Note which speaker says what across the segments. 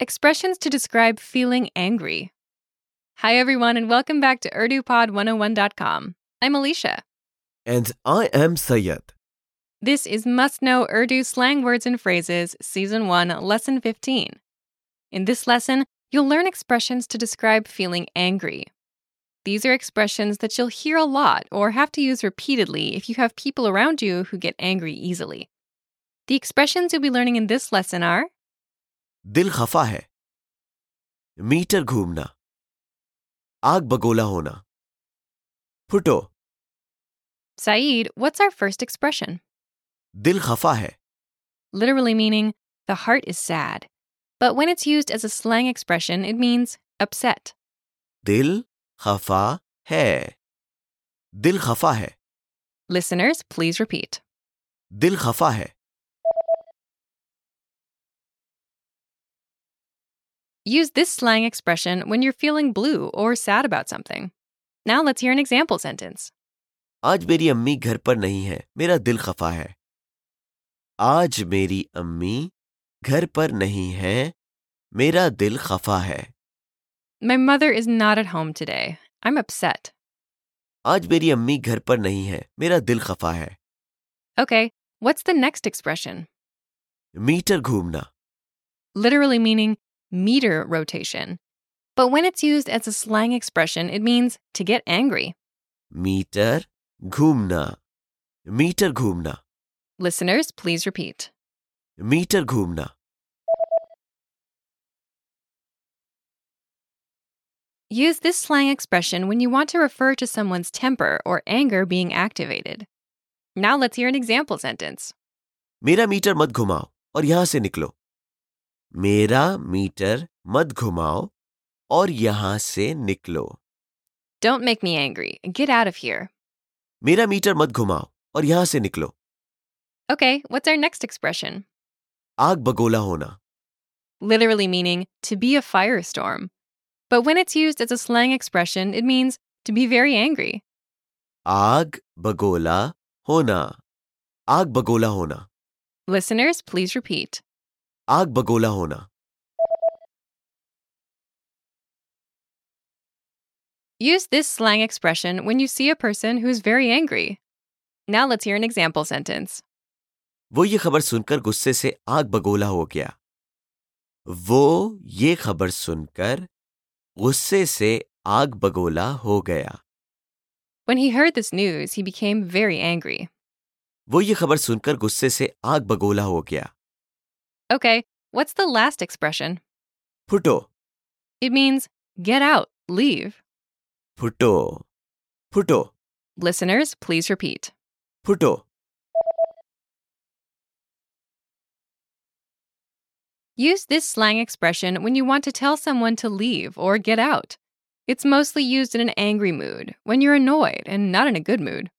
Speaker 1: Expressions to describe feeling angry. Hi, everyone, and welcome back to UrduPod101.com. I'm Alicia.
Speaker 2: And I am Sayed.
Speaker 1: This is Must Know Urdu Slang Words and Phrases, Season 1, Lesson 15. In this lesson, you'll learn expressions to describe feeling angry. These are expressions that you'll hear a lot or have to use repeatedly if you have people around you who get angry easily. The expressions you'll be learning in this lesson are
Speaker 2: दिल खफा है metre घूमना आग बगोला होना फुटो
Speaker 1: Saeed, what's our first expression?
Speaker 2: दिल खफा है
Speaker 1: literally meaning the heart is sad. But when it's used as a slang expression, it means upset.
Speaker 2: दिल खफा है दिल खफा है
Speaker 1: Listeners, please repeat.
Speaker 2: दिल खफा है
Speaker 1: Use this slang expression when you're feeling blue or sad about something. Now let's hear an example sentence.
Speaker 2: आज मेरी अम्मी घर पर नहीं है मेरा दिल खफा है आज मेरी अम्मी घर पर नहीं है मेरा दिल खफा है
Speaker 1: My mother is not at home today. I'm upset.
Speaker 2: आज मेरी अम्मी घर पर नहीं है मेरा दिल खफा है
Speaker 1: Okay, what's the next expression?
Speaker 2: Meter घूमना
Speaker 1: Literally meaning meter rotation. But when it's used as a slang expression, it means to get angry.
Speaker 2: Meter घूमना मीटर घूमना
Speaker 1: Listeners, please repeat.
Speaker 2: मीटर घूमना
Speaker 1: Use this slang expression when you want to refer to someone's temper or anger being activated. Now let's hear an example sentence.
Speaker 2: मेरा meter मत घुमाओ और यहां से निकलो मेरा मीटर मत घुमाओ और यहां से निकलो
Speaker 1: Don't make me angry. Get out of here.
Speaker 2: मेरा मीटर मत घुमाओ और यहां से निकलो
Speaker 1: Okay, what's our next expression?
Speaker 2: आग बगोला होना
Speaker 1: Literally meaning to be a firestorm. But when it's used as a slang expression, it means to be very angry.
Speaker 2: आग बगोला होना आग बगोला होना
Speaker 1: Listeners, please repeat.
Speaker 2: आग बगोला होना
Speaker 1: Use this slang expression when you see a person who's very angry. Now let's hear an example sentence.
Speaker 2: वो ये खबर सुनकर गुस्से से आग बगोला हो गया वो ये खबर सुनकर गुस्से से आग बगोला हो गया
Speaker 1: When he heard this news, he became very angry.
Speaker 2: वो ये खबर सुनकर गुस्से से आग बगोला हो गया
Speaker 1: Okay, what's the last expression?
Speaker 2: फुटो
Speaker 1: It means get out, leave.
Speaker 2: फुटो फुटो
Speaker 1: Listeners, please repeat.
Speaker 2: फुटो
Speaker 1: Use this slang expression when you want to tell someone to leave or get out. It's mostly used in an angry mood, when you're annoyed and not in a good mood.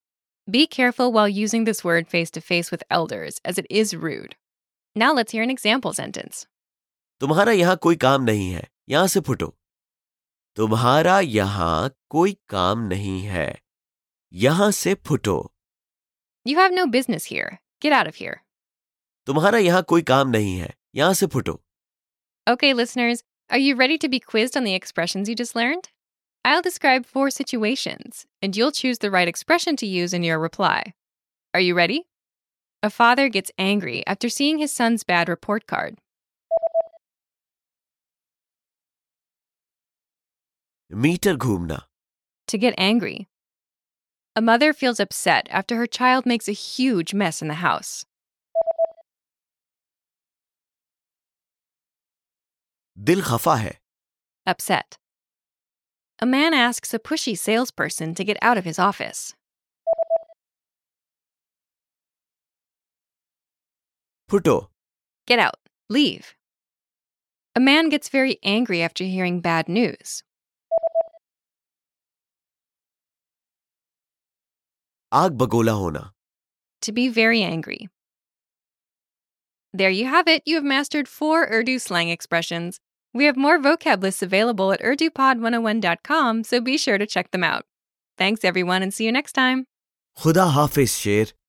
Speaker 1: Be careful while using this word face to face with elders, as it is rude. Now let's hear an example sentence.
Speaker 2: तुम्हारा यहाँ कोई काम नहीं है यहाँ से फुटो तुम्हारा यहाँ कोई काम नहीं है यहाँ से फुटो
Speaker 1: You have no business here. Get out of here.
Speaker 2: तुम्हारा यहाँ कोई काम नहीं है यहाँ से फुटो
Speaker 1: Okay, listeners, are you ready to be quizzed on the expressions you just learned? I'll describe four situations, and you'll choose the right expression to use in your reply. Are you ready? A father gets angry after seeing his son's bad report card.
Speaker 2: Meter घूमना
Speaker 1: To get angry. A mother feels upset after her child makes a huge mess in the house.
Speaker 2: दिल खफा है
Speaker 1: Upset. A man asks a pushy salesperson to get out of his office.
Speaker 2: फुटो
Speaker 1: Get out. Leave. A man gets very angry after hearing bad news.
Speaker 2: आग बगोला होना
Speaker 1: to be very angry. There you have it. You have mastered four Urdu slang expressions. We have more vocab lists available at urdupod101.com, so be sure to check them out. Thanks, everyone, and see you next time.
Speaker 2: खुदा हाफिज शेर